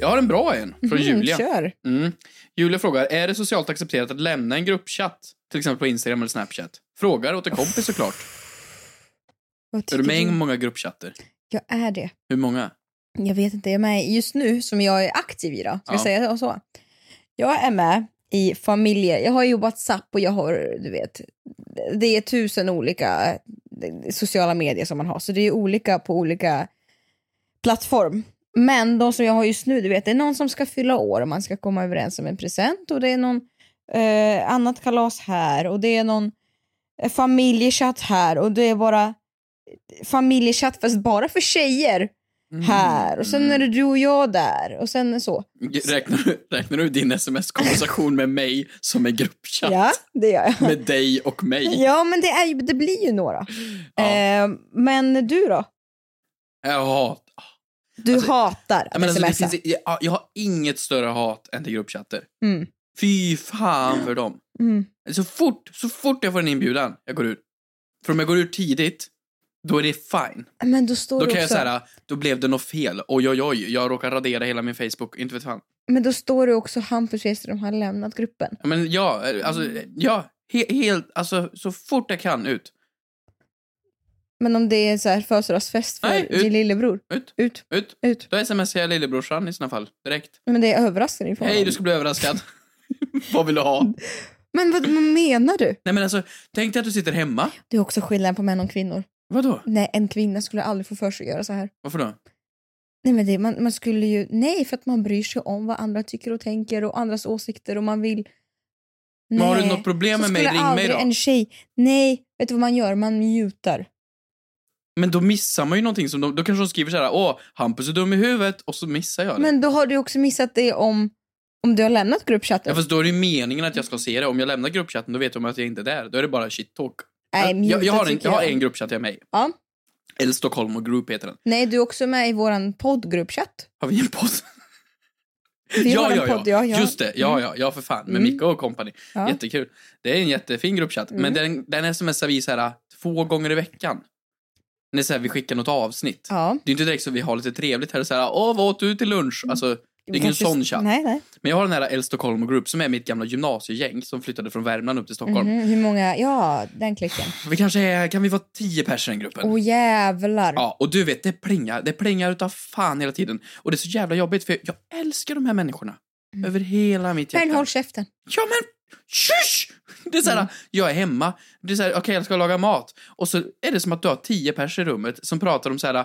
[SPEAKER 3] Jag har en bra en från
[SPEAKER 2] Mm,
[SPEAKER 3] Julia.
[SPEAKER 2] Kör.
[SPEAKER 3] Mm. Julia frågar, är det socialt accepterat att lämna en gruppchatt? Till exempel på Instagram eller Snapchat. Frågar åt en kompis såklart.
[SPEAKER 2] Vad
[SPEAKER 3] Är du
[SPEAKER 2] tycker
[SPEAKER 3] med i
[SPEAKER 2] du?
[SPEAKER 3] många gruppchatter?
[SPEAKER 2] Jag är det.
[SPEAKER 3] Hur många?
[SPEAKER 2] Jag vet inte, jag är med i- just nu som jag är aktiv i då. Ska jag
[SPEAKER 3] Ja.
[SPEAKER 2] säga så? Jag är med i familjer. Jag har ju WhatsApp och jag har, du vet, det är tusen olika eh, sociala medier som man har. Så det är ju olika på olika plattform. Men de som jag har just nu, du vet, det är någon som ska fylla år och man ska komma överens om en present och det är någon eh, annat kalas här och det är någon eh, familjechatt här och det är bara eh, familjechatt fast bara för tjejer
[SPEAKER 3] Mm.
[SPEAKER 2] här och sen är det du och jag där och sen så.
[SPEAKER 3] Mm. Räknar du, räknar du din sms-konversation med mig som en gruppchatt?
[SPEAKER 2] Ja, det gör jag.
[SPEAKER 3] Med dig och mig?
[SPEAKER 2] Ja, men det, är, ju- det blir ju några.
[SPEAKER 3] Ja.
[SPEAKER 2] Eh, men du då?
[SPEAKER 3] Jaha.
[SPEAKER 2] Du
[SPEAKER 3] Alltså,
[SPEAKER 2] hatar
[SPEAKER 3] Ja,
[SPEAKER 2] att
[SPEAKER 3] Men alltså, det
[SPEAKER 2] smsa.
[SPEAKER 3] finns, jag, jag har inget större hat än till gruppchatter.
[SPEAKER 2] Mm.
[SPEAKER 3] Fy fan för dem.
[SPEAKER 2] Mm.
[SPEAKER 3] Så fort, så fort jag får en inbjudan, jag går ur. För om jag går ur tidigt, då är det fine.
[SPEAKER 2] Men då står
[SPEAKER 3] Då
[SPEAKER 2] det
[SPEAKER 3] kan jag
[SPEAKER 2] också,
[SPEAKER 3] säga, då blev det något fel. Oj, oj, oj, jag råkar radera hela min Facebook. Inte vet fan.
[SPEAKER 2] men då står det också Hampus Hedström har lämnat gruppen.
[SPEAKER 3] Ja, Men ja, eh, alltså, eh, ja. He- helt, alltså så fort jag kan ut.
[SPEAKER 2] Men om det är så här födelsedagsfest för
[SPEAKER 3] Nej, ut.
[SPEAKER 2] din lillebror,
[SPEAKER 3] Ut,
[SPEAKER 2] ut,
[SPEAKER 3] ut.
[SPEAKER 2] ut.
[SPEAKER 3] Då smsar jag lillebrorsan i såna fall, direkt.
[SPEAKER 2] Men det är överraskning för
[SPEAKER 3] Hej,
[SPEAKER 2] honom.
[SPEAKER 3] du ska bli överraskad. Vad vill du ha?
[SPEAKER 2] Men vad vad menar du?
[SPEAKER 3] Nej men alltså, tänk dig att du sitter hemma.
[SPEAKER 2] Det är också skillnad på män och kvinnor.
[SPEAKER 3] Vadå?
[SPEAKER 2] Nej, en kvinna skulle aldrig få för sig att göra så här.
[SPEAKER 3] Varför då?
[SPEAKER 2] Nej, men det, man, man skulle ju, nej, för att man bryr sig om vad andra tycker och tänker och andras åsikter och man vill...
[SPEAKER 3] Men har du
[SPEAKER 2] Nej.
[SPEAKER 3] något problem
[SPEAKER 2] Så
[SPEAKER 3] med mig,
[SPEAKER 2] skulle
[SPEAKER 3] ring mig
[SPEAKER 2] aldrig
[SPEAKER 3] då.
[SPEAKER 2] en tjej... Nej, vet du vad man gör? Man mutar.
[SPEAKER 3] Men då missar man ju någonting som de, då kanske de skriver så här: åh, Hampus är dum i huvudet och så missar jag det.
[SPEAKER 2] Men då har du också missat det om, om du har lämnat gruppchatten.
[SPEAKER 3] Ja fast då är det ju meningen att jag ska se det. Om jag lämnar gruppchatten då vet de att jag inte är där. Då är det bara shit talk.
[SPEAKER 2] nej, muta,
[SPEAKER 3] jag, jag, har en,
[SPEAKER 2] tycker
[SPEAKER 3] jag har en gruppchatt jag är med i.
[SPEAKER 2] Ja.
[SPEAKER 3] Eller Stockholm och Group heter den.
[SPEAKER 2] Nej, du är också med i våran poddgruppchatt.
[SPEAKER 3] Har vi en podd?
[SPEAKER 2] Vi har en podd, ja, ja.
[SPEAKER 3] Just det, ja, ja, ja för fan. Med
[SPEAKER 2] Mm.
[SPEAKER 3] Micke och company.
[SPEAKER 2] Ja. Mm.
[SPEAKER 3] Jättekul. Det är en jättefin gruppchatt. Men den, den smsar vi så här två gånger i veckan. När så här, vi skickar något avsnitt.
[SPEAKER 2] Ja.
[SPEAKER 3] Det är inte direkt så vi har lite trevligt här och så här, åh vad åt du till lunch? Alltså, det är
[SPEAKER 2] Mm.
[SPEAKER 3] ingen
[SPEAKER 2] Kanske-
[SPEAKER 3] sån chatt.
[SPEAKER 2] Nej, nej.
[SPEAKER 3] Men jag har den här El Stockholm och Group som är mitt gamla gymnasiegäng som flyttade från Värmland upp till Stockholm.
[SPEAKER 2] Mhm, hur många? Ja, den klicken.
[SPEAKER 3] Vi kanske är, kan vi vara tio personer i den gruppen?
[SPEAKER 2] Åh jävlar.
[SPEAKER 3] Ja, och du vet, det plingar, det plingar utav fan hela tiden. Och det är så jävla jobbigt för jag älskar de här människorna. Över hela mitt hjärta.
[SPEAKER 2] Mm. men håll käften.
[SPEAKER 3] Ja men, shush! Det är såhär,
[SPEAKER 2] Mm.
[SPEAKER 3] jag är hemma. Det är såhär, okej jag ska laga mat. Och så är det som att du har tio pers i rummet som pratar om såhär,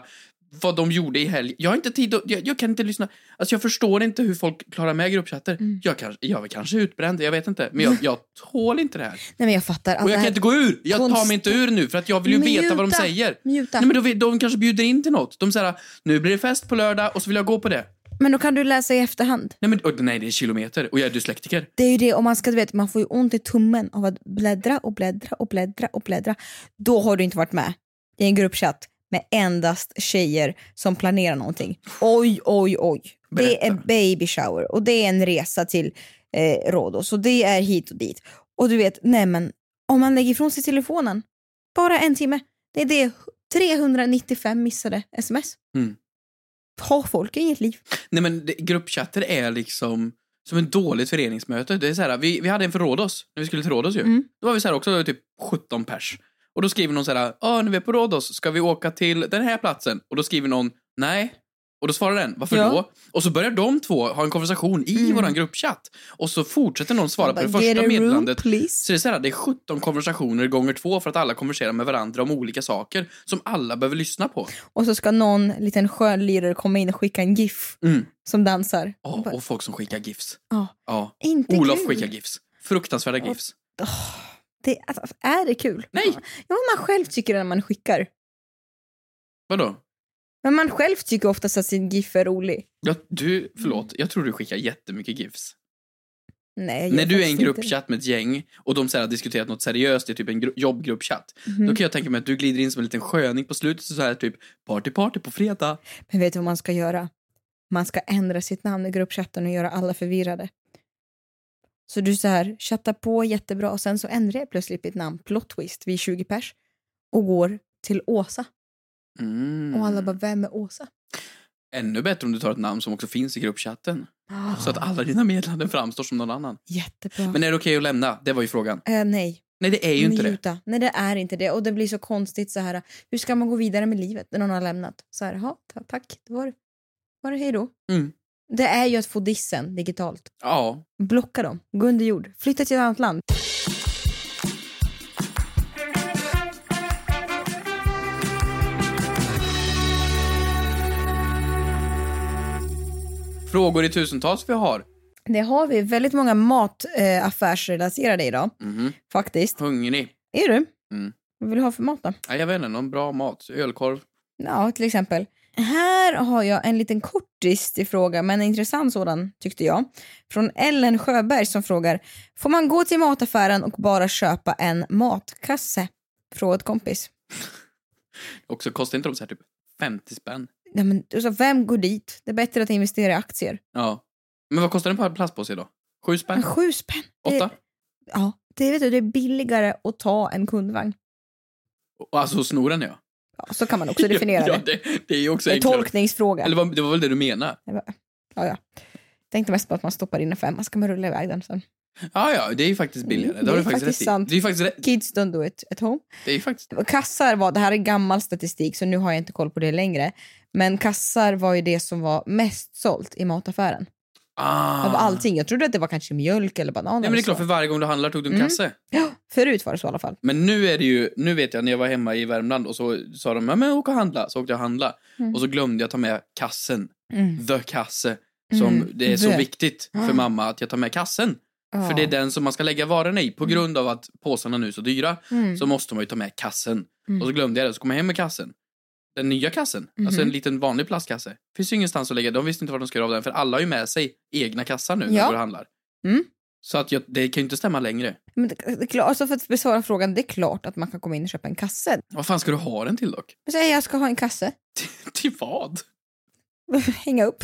[SPEAKER 3] vad de gjorde i helgen. Jag har inte tid att, jag, jag kan inte lyssna. Alltså jag förstår inte hur folk klarar med gruppchatter.
[SPEAKER 2] Mm.
[SPEAKER 3] Jag, kanske, jag är kanske utbränd, jag vet inte. Men jag, jag tål inte det här.
[SPEAKER 2] Nej, men jag fattar. Allt
[SPEAKER 3] Och
[SPEAKER 2] Mm. Alltså, det
[SPEAKER 3] jag kan
[SPEAKER 2] här-
[SPEAKER 3] inte gå ur! Jag tar mig inte ur nu för att jag vill ju veta vad de
[SPEAKER 2] Muta.
[SPEAKER 3] säger.
[SPEAKER 2] Muta.
[SPEAKER 3] Nej, men de, de kanske bjuder in till något. De säger nu blir det fest på lördag och så vill jag gå på det.
[SPEAKER 2] Men då kan du läsa i efterhand.
[SPEAKER 3] Nej, men, och, nej det är kilometer och jag är dyslektiker.
[SPEAKER 2] Det är ju det, om man ska du vet, man får ju ont i tummen av att bläddra och bläddra och bläddra och bläddra. Då har du inte varit med i en gruppchatt med endast tjejer som planerar någonting. Oj, oj, oj. Det är
[SPEAKER 3] Berätta.
[SPEAKER 2] baby shower och det är en resa till eh, Rhodos och det är hit och dit. Och du vet, nej men om man lägger ifrån sig telefonen, bara en timme, det är det 395 missade sms.
[SPEAKER 3] Mm.
[SPEAKER 2] Har folk inget liv?
[SPEAKER 3] Nej men det, gruppchatter är liksom som en dåligt föreningsmöte. Det är så här, vi, vi hade en för Rhodos, när vi skulle till Rhodos ju.
[SPEAKER 2] Mm.
[SPEAKER 3] Då var vi så här också typ 17 pers. Och då skriver någon så här, ja när vi är på Rhodos ska vi åka till den här platsen? Och då skriver någon, nej. Och då svarar den, varför
[SPEAKER 2] Ja. Mm.
[SPEAKER 3] då? Och så börjar de två ha en konversation i våran gruppchatt. Och så fortsätter någon svara på det
[SPEAKER 2] Get a
[SPEAKER 3] första
[SPEAKER 2] room,
[SPEAKER 3] meddelandet.
[SPEAKER 2] please.
[SPEAKER 3] Så det är, så här, det är 17 konversationer gånger två för att alla konverserar med varandra om olika saker som alla behöver lyssna på.
[SPEAKER 2] Och så ska någon liten skönlirare komma in och skicka en GIF
[SPEAKER 3] Mm.
[SPEAKER 2] som dansar.
[SPEAKER 3] Ja, och folk som skickar GIFs.
[SPEAKER 2] Ja.
[SPEAKER 3] Ja.
[SPEAKER 2] Inte
[SPEAKER 3] Olof
[SPEAKER 2] kul.
[SPEAKER 3] skickar GIFs. Fruktansvärda GIFs.
[SPEAKER 2] Det, alltså, är det kul?
[SPEAKER 3] Nej!
[SPEAKER 2] Ja, men man själv tycker det när man skickar.
[SPEAKER 3] Vadå?
[SPEAKER 2] Men man själv tycker oftast att sin GIF är rolig.
[SPEAKER 3] Jag, du, förlåt, jag tror du skickar jättemycket GIFs.
[SPEAKER 2] Nej, jag gör
[SPEAKER 3] När du är i en
[SPEAKER 2] faktiskt inte
[SPEAKER 3] gruppchatt med ett gäng och de så här har diskuterat något seriöst i typ en gru- jobbgruppchatt,
[SPEAKER 2] Mhm. Mm.
[SPEAKER 3] då kan jag tänka mig att du glider in som en liten sköning på slutet så här typ party party på fredag.
[SPEAKER 2] det. Men vet du vad man ska göra? Man ska ändra sitt namn i gruppchatten och göra alla förvirrade. Så du så här, chattar på jättebra och sen så ändrar jag plötsligt mitt namn, plot twist, vi är 20 pers och går till Åsa.
[SPEAKER 3] Mm.
[SPEAKER 2] Och alla bara, vem är Åsa?
[SPEAKER 3] Ännu bättre om du tar ett namn som också finns i gruppchatten.
[SPEAKER 2] Ah.
[SPEAKER 3] Så att alla dina medlemmar framstår som någon annan.
[SPEAKER 2] Jättebra.
[SPEAKER 3] Men är det okej att lämna? Det var ju frågan.
[SPEAKER 2] Eh, nej.
[SPEAKER 3] Nej, det är ju inte det.
[SPEAKER 2] Njuta. Nej, det är inte det. Och det blir så konstigt så här. Hur ska man gå vidare med livet när någon har lämnat? Så här, "Jaha, ta- tack, det var, var det hej då.
[SPEAKER 3] Mm.
[SPEAKER 2] Det är ju att få dissen digitalt.
[SPEAKER 3] Ja.
[SPEAKER 2] Blocka dem, gå under jord, flytta till ett annat land.
[SPEAKER 3] Frågor i tusentals vi har.
[SPEAKER 2] Det har vi väldigt många mataffärsrelaterade eh, affärsrelaterade idag,
[SPEAKER 3] Mhm.
[SPEAKER 2] faktiskt.
[SPEAKER 3] Hungrig.
[SPEAKER 2] Är du?
[SPEAKER 3] Mm.
[SPEAKER 2] Vad vill du ha för mat då?
[SPEAKER 3] Ja, jag vet inte, någon bra mat. Ölkorv.
[SPEAKER 2] Ja, till exempel. Här har jag en liten kortis till fråga, men en intressant sådan tyckte jag. Från Ellen Sjöberg som frågar, får man gå till mataffären och bara köpa en matkasse? Frågat kompis.
[SPEAKER 3] Och så kostar inte de så här typ 50 spänn.
[SPEAKER 2] Nej, men, alltså, vem går dit? Det är bättre att investera i aktier.
[SPEAKER 3] Ja. Men vad kostar en par plastpåse idag? Sju
[SPEAKER 2] Men
[SPEAKER 3] spänn?
[SPEAKER 2] sju spänn.
[SPEAKER 3] Åtta?
[SPEAKER 2] Det, ja, det, vet du, det är billigare att ta en kundvagn.
[SPEAKER 3] Och Alltså sno den ja.
[SPEAKER 2] Ja, så kan man också definiera
[SPEAKER 3] ja,
[SPEAKER 2] det.
[SPEAKER 3] det. Det är ju också
[SPEAKER 2] Det är
[SPEAKER 3] enklare.
[SPEAKER 2] tolkningsfråga.
[SPEAKER 3] Eller vad, det var väl det du menade?
[SPEAKER 2] Ja, ja. Tänkte mest på att man stoppar in en femma, ska man rulla iväg den sen.
[SPEAKER 3] Ja, ja, det är ju faktiskt billigare.
[SPEAKER 2] Mm,
[SPEAKER 3] det har
[SPEAKER 2] det
[SPEAKER 3] du
[SPEAKER 2] är
[SPEAKER 3] faktiskt,
[SPEAKER 2] faktiskt
[SPEAKER 3] rätt
[SPEAKER 2] sant.
[SPEAKER 3] i. Det är ju faktiskt rätt.
[SPEAKER 2] Kids don't do it at home.
[SPEAKER 3] Det är ju faktiskt...
[SPEAKER 2] Kassar var, det här är gammal statistik så nu har jag inte koll på det längre. Men kassar var ju det som var mest sålt i mataffären.
[SPEAKER 3] Ah.
[SPEAKER 2] Av allting. Jag trodde att det var kanske mjölk eller bananer.
[SPEAKER 3] Nej, men det är
[SPEAKER 2] eller
[SPEAKER 3] klart,
[SPEAKER 2] så.
[SPEAKER 3] för varje gång du handlar tog du en
[SPEAKER 2] Mm.
[SPEAKER 3] kasse.
[SPEAKER 2] Ja, förut var det så i alla fall.
[SPEAKER 3] Men nu är det ju, nu vet jag när jag var hemma i Värmland och så sa de, "Ja, men åk och handla. Så åkte jag och handla.
[SPEAKER 2] Mm.
[SPEAKER 3] Och så glömde jag ta med kassen.
[SPEAKER 2] Mm.
[SPEAKER 3] The kasse. Som
[SPEAKER 2] Mm,
[SPEAKER 3] det är så
[SPEAKER 2] the.
[SPEAKER 3] viktigt för
[SPEAKER 2] Ah.
[SPEAKER 3] mamma att jag tar med kassen.
[SPEAKER 2] Ja.
[SPEAKER 3] För det är den som man ska lägga varorna i. På grund av att påsarna nu är så dyra
[SPEAKER 2] Mm.
[SPEAKER 3] så måste man ju ta med kassen.
[SPEAKER 2] Mm.
[SPEAKER 3] Och så glömde jag det, så kom jag hem med kassen. Den nya kassen, alltså en
[SPEAKER 2] Mm-hmm.
[SPEAKER 3] liten vanlig plastkasse. Finns ju ingenstans att lägga, de visste inte vad de skulle göra av den. För alla har ju med sig egna kassar nu när
[SPEAKER 2] Ja.
[SPEAKER 3] de går och handlar.
[SPEAKER 2] Mm.
[SPEAKER 3] Så att jag, det kan ju inte stämma längre.
[SPEAKER 2] Men det, det är klart, alltså för att besvara frågan, det är klart att man kan komma in och köpa en kasse.
[SPEAKER 3] Vad fan ska du ha den till dock?
[SPEAKER 2] Men säg jag ska ha en kasse,
[SPEAKER 3] till vad?
[SPEAKER 2] hänga upp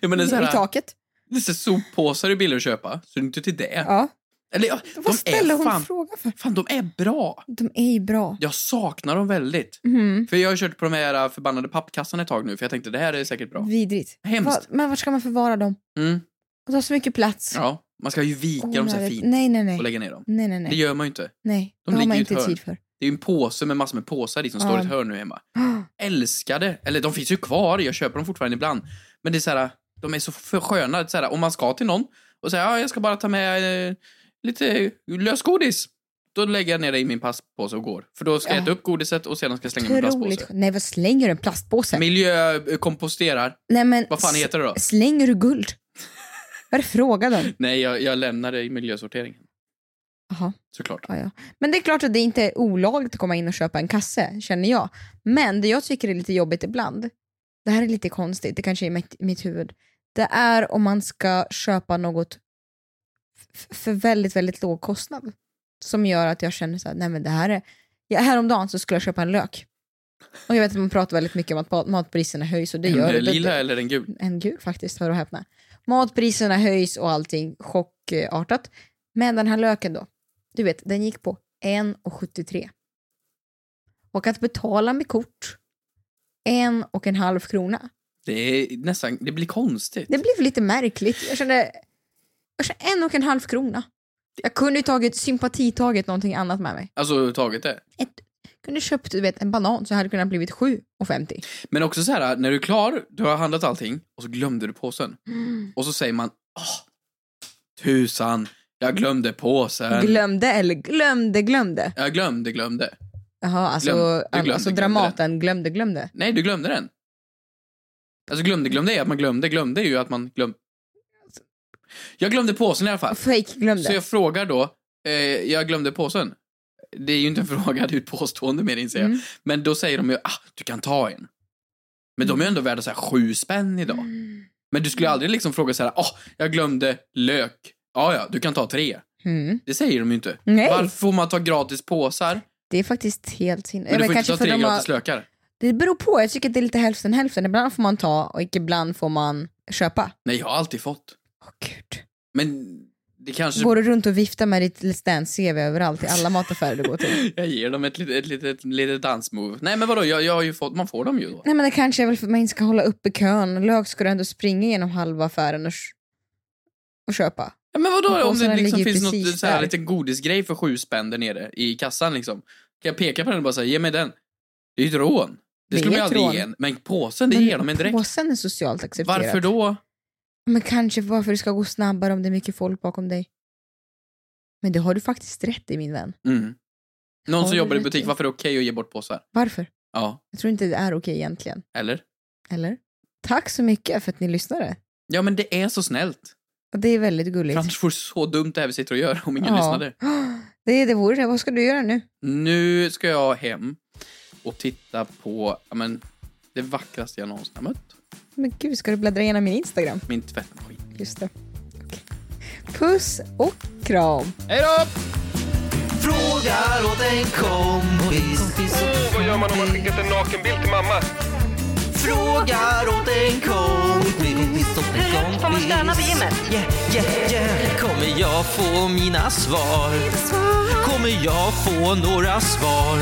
[SPEAKER 3] Jag menar, så
[SPEAKER 2] i
[SPEAKER 3] här,
[SPEAKER 2] taket.
[SPEAKER 3] det är så här soppåsar är billigare att köpa, så det är inte till det.
[SPEAKER 2] Ja.
[SPEAKER 3] Eller ja,
[SPEAKER 2] Vad
[SPEAKER 3] de
[SPEAKER 2] ställer
[SPEAKER 3] är
[SPEAKER 2] hon
[SPEAKER 3] fan,
[SPEAKER 2] frågan för?
[SPEAKER 3] fan, de är bra.
[SPEAKER 2] De är ju bra.
[SPEAKER 3] Jag saknar dem väldigt.
[SPEAKER 2] Mm.
[SPEAKER 3] För jag har kört på de här äh, förbannade pappkassarna ett tag nu, för jag tänkte det här är säkert
[SPEAKER 2] Mm.
[SPEAKER 3] bra.
[SPEAKER 2] Vidrigt. Va,
[SPEAKER 3] Hemskt.
[SPEAKER 2] men var ska man förvara dem?
[SPEAKER 3] Mm.
[SPEAKER 2] De tar så mycket plats.
[SPEAKER 3] Ja, man ska ju vika dem så här
[SPEAKER 2] Onödigt.
[SPEAKER 3] fint
[SPEAKER 2] Nej, nej, nej.
[SPEAKER 3] och lägga ner dem.
[SPEAKER 2] Nej, nej,
[SPEAKER 3] Det
[SPEAKER 2] nej.
[SPEAKER 3] gör man ju inte.
[SPEAKER 2] nej.
[SPEAKER 3] de
[SPEAKER 2] det har
[SPEAKER 3] ligger
[SPEAKER 2] man
[SPEAKER 3] i ett
[SPEAKER 2] inte
[SPEAKER 3] hörn.
[SPEAKER 2] tid för.
[SPEAKER 3] Det är ju en påse med massor med påsar i som står i
[SPEAKER 2] Ja.
[SPEAKER 3] ett hörn nu hemma.
[SPEAKER 2] Ah.
[SPEAKER 3] Älskade, eller de finns ju kvar, jag köper dem fortfarande ibland. Men det är så här, de är så för sköna. Så här, om man ska till någon och säger ja, jag ska bara ta med eh, lite lösgodis. Då lägger jag ner det i min plastpåse och går. För då ska jag äta upp godiset och sedan ska jag slänga min
[SPEAKER 2] Otroligt.
[SPEAKER 3] plastpåse.
[SPEAKER 2] skö- Nej, vad slänger du en plastpåse?
[SPEAKER 3] Miljökomposterar.
[SPEAKER 2] Nej, men
[SPEAKER 3] Vad fan
[SPEAKER 2] s-
[SPEAKER 3] heter det då?
[SPEAKER 2] Slänger du guld? vad är det frågan om?
[SPEAKER 3] Nej, jag, jag lämnar det i miljösorteringen.
[SPEAKER 2] Jaha,
[SPEAKER 3] Såklart.
[SPEAKER 2] ja, ja. Men det är klart att det inte är olagligt att komma in och köpa en kasse, känner jag. Men det jag tycker är lite jobbigt ibland, det här är lite konstigt, det kanske är mitt, mitt huvud, det är om man ska köpa något f- för väldigt, väldigt låg kostnad. Som gör att jag känner så här, nej men det här är, ja, häromdagen så skulle jag köpa en lök. Och jag vet att man pratar väldigt mycket om att mat- matpriserna höjs och det gör
[SPEAKER 3] en
[SPEAKER 2] det.
[SPEAKER 3] eh, lila eller en gul?
[SPEAKER 2] en gul faktiskt, hör och häpna. Matpriserna höjs och allting chockartat. Men den här löken då, du vet, den gick på 1,73. Och att betala med kort, en och en halv krona.
[SPEAKER 3] Det är nästan, det blir konstigt.
[SPEAKER 2] Det blev lite märkligt. Jag kände, jag kände en och en halv krona. Jag kunde ju tagit sympatitaget någonting annat med mig.
[SPEAKER 3] Alltså taget det.
[SPEAKER 2] Jag kunde köpt du vet, en banan så hade det kunnat blivit 7,50.
[SPEAKER 3] Men också så här, när du är klar, du har handlat allting och så glömde du påsen.
[SPEAKER 2] Mm.
[SPEAKER 3] Och så säger man, åh, tusan, jag glömde påsen.
[SPEAKER 2] Glömde eller glömde glömde.
[SPEAKER 3] jag glömde, glömde.
[SPEAKER 2] Jaha, alltså,
[SPEAKER 3] Glöm- du glömde,
[SPEAKER 2] alltså
[SPEAKER 3] glömde
[SPEAKER 2] Dramaten glömde glömde.
[SPEAKER 3] Nej, du glömde den. Alltså glömde, glömde är att man glömde, glömde är ju att man glömde.
[SPEAKER 2] Alltså-
[SPEAKER 3] Jag glömde påsen i alla fall.
[SPEAKER 2] Fake glömde.
[SPEAKER 3] Så jag frågar då, eh, jag glömde påsen. Det är ju inte en fråga, det är ju ett påstående mer inser jag.
[SPEAKER 2] Mm.
[SPEAKER 3] Men då säger de ju, ah, du kan ta en. Men de är ju
[SPEAKER 2] Mm.
[SPEAKER 3] ändå värda så här sju spänn idag. Men du skulle ju aldrig liksom fråga så här, ah, jag glömde lök. Ja, ja, du kan ta tre.
[SPEAKER 2] Mm.
[SPEAKER 3] Det säger de ju inte.
[SPEAKER 2] Nej.
[SPEAKER 3] Varför får man ta gratis påsar?
[SPEAKER 2] Det är faktiskt helt sinne.
[SPEAKER 3] Men
[SPEAKER 2] Men
[SPEAKER 3] du får inte
[SPEAKER 2] kanske
[SPEAKER 3] ta
[SPEAKER 2] för
[SPEAKER 3] tre
[SPEAKER 2] de
[SPEAKER 3] gratis
[SPEAKER 2] har...
[SPEAKER 3] lökar.
[SPEAKER 2] Det beror på, jag tycker att det är lite hälften hälften. Ibland får man ta och ibland får man köpa.
[SPEAKER 3] Nej, jag har alltid fått.
[SPEAKER 2] Åh gud.
[SPEAKER 3] Men det kanske...
[SPEAKER 2] Går du runt och viftar med ditt Let's Dance-CV överallt i alla mataffärer du går till?
[SPEAKER 3] Jag ger dem ett litet, ett litet, litet dansmove. Nej men vadå, jag, jag har ju fått, man får dem ju då.
[SPEAKER 2] Nej men det kanske är väl för att man inte ska hålla uppe kön. Lök ska du ändå springa genom halva affären och, och köpa.
[SPEAKER 3] Ja, men vadå
[SPEAKER 2] Och
[SPEAKER 3] om det
[SPEAKER 2] påsarna
[SPEAKER 3] liksom
[SPEAKER 2] ligger
[SPEAKER 3] finns
[SPEAKER 2] precis
[SPEAKER 3] något så här,
[SPEAKER 2] där.
[SPEAKER 3] liten godisgrej för sju spänn där nere i kassan liksom. Kan jag peka på den och bara säga ge mig den? Det är ju ett rån. Det
[SPEAKER 2] Det
[SPEAKER 3] skulle man
[SPEAKER 2] är
[SPEAKER 3] ju
[SPEAKER 2] ett
[SPEAKER 3] aldrig
[SPEAKER 2] rån.
[SPEAKER 3] ge en. Men påsen, det ger de en direkt.
[SPEAKER 2] Påsen är socialt accepterat.
[SPEAKER 3] Varför då?
[SPEAKER 2] Men kanske varför det ska gå snabbare om det är mycket folk bakom dig. Men det har du faktiskt rätt i min vän.
[SPEAKER 3] Mm. Någon
[SPEAKER 2] Har
[SPEAKER 3] som
[SPEAKER 2] du
[SPEAKER 3] jobbar i
[SPEAKER 2] rätt
[SPEAKER 3] butik,
[SPEAKER 2] i?
[SPEAKER 3] varför är det okej att ge bort påsar?
[SPEAKER 2] Varför?
[SPEAKER 3] Ja,
[SPEAKER 2] Jag tror inte det är okej egentligen.
[SPEAKER 3] eller?
[SPEAKER 2] Eller? Tack så mycket för att ni lyssnade.
[SPEAKER 3] Ja men det är så snällt.
[SPEAKER 2] Det är väldigt gulligt.
[SPEAKER 3] För annars vore det så dumt det här vi sitter och gör om ingen
[SPEAKER 2] Ja.
[SPEAKER 3] lyssnade.
[SPEAKER 2] Det, det vore det. Vad ska du göra nu?
[SPEAKER 3] Nu ska jag hem och titta på ja, men, det vackraste jag någonsin har mött.
[SPEAKER 2] Men gud, ska du bläddra igenom min Instagram?
[SPEAKER 3] Min tvättmaskin.
[SPEAKER 2] Just det. Okej. Puss och kram.
[SPEAKER 3] Hej då!
[SPEAKER 5] Frågar åt en kompis.
[SPEAKER 6] Åh, vad gör man om man skickat en nakenbild till mamma?
[SPEAKER 5] Frågar åt en kompis. Får man stöna på gymmet? Yeah, yeah, yeah. Kommer jag få mina svar? Kommer jag få några svar?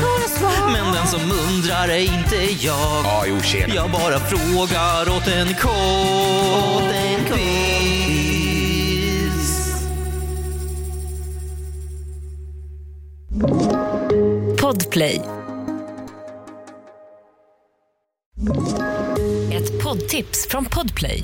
[SPEAKER 5] Men den som undrar är inte jag.
[SPEAKER 8] Ja, jo, tjena.
[SPEAKER 5] Jag bara frågar åt en kompis.
[SPEAKER 1] Podplay. Ett poddtips från Podplay.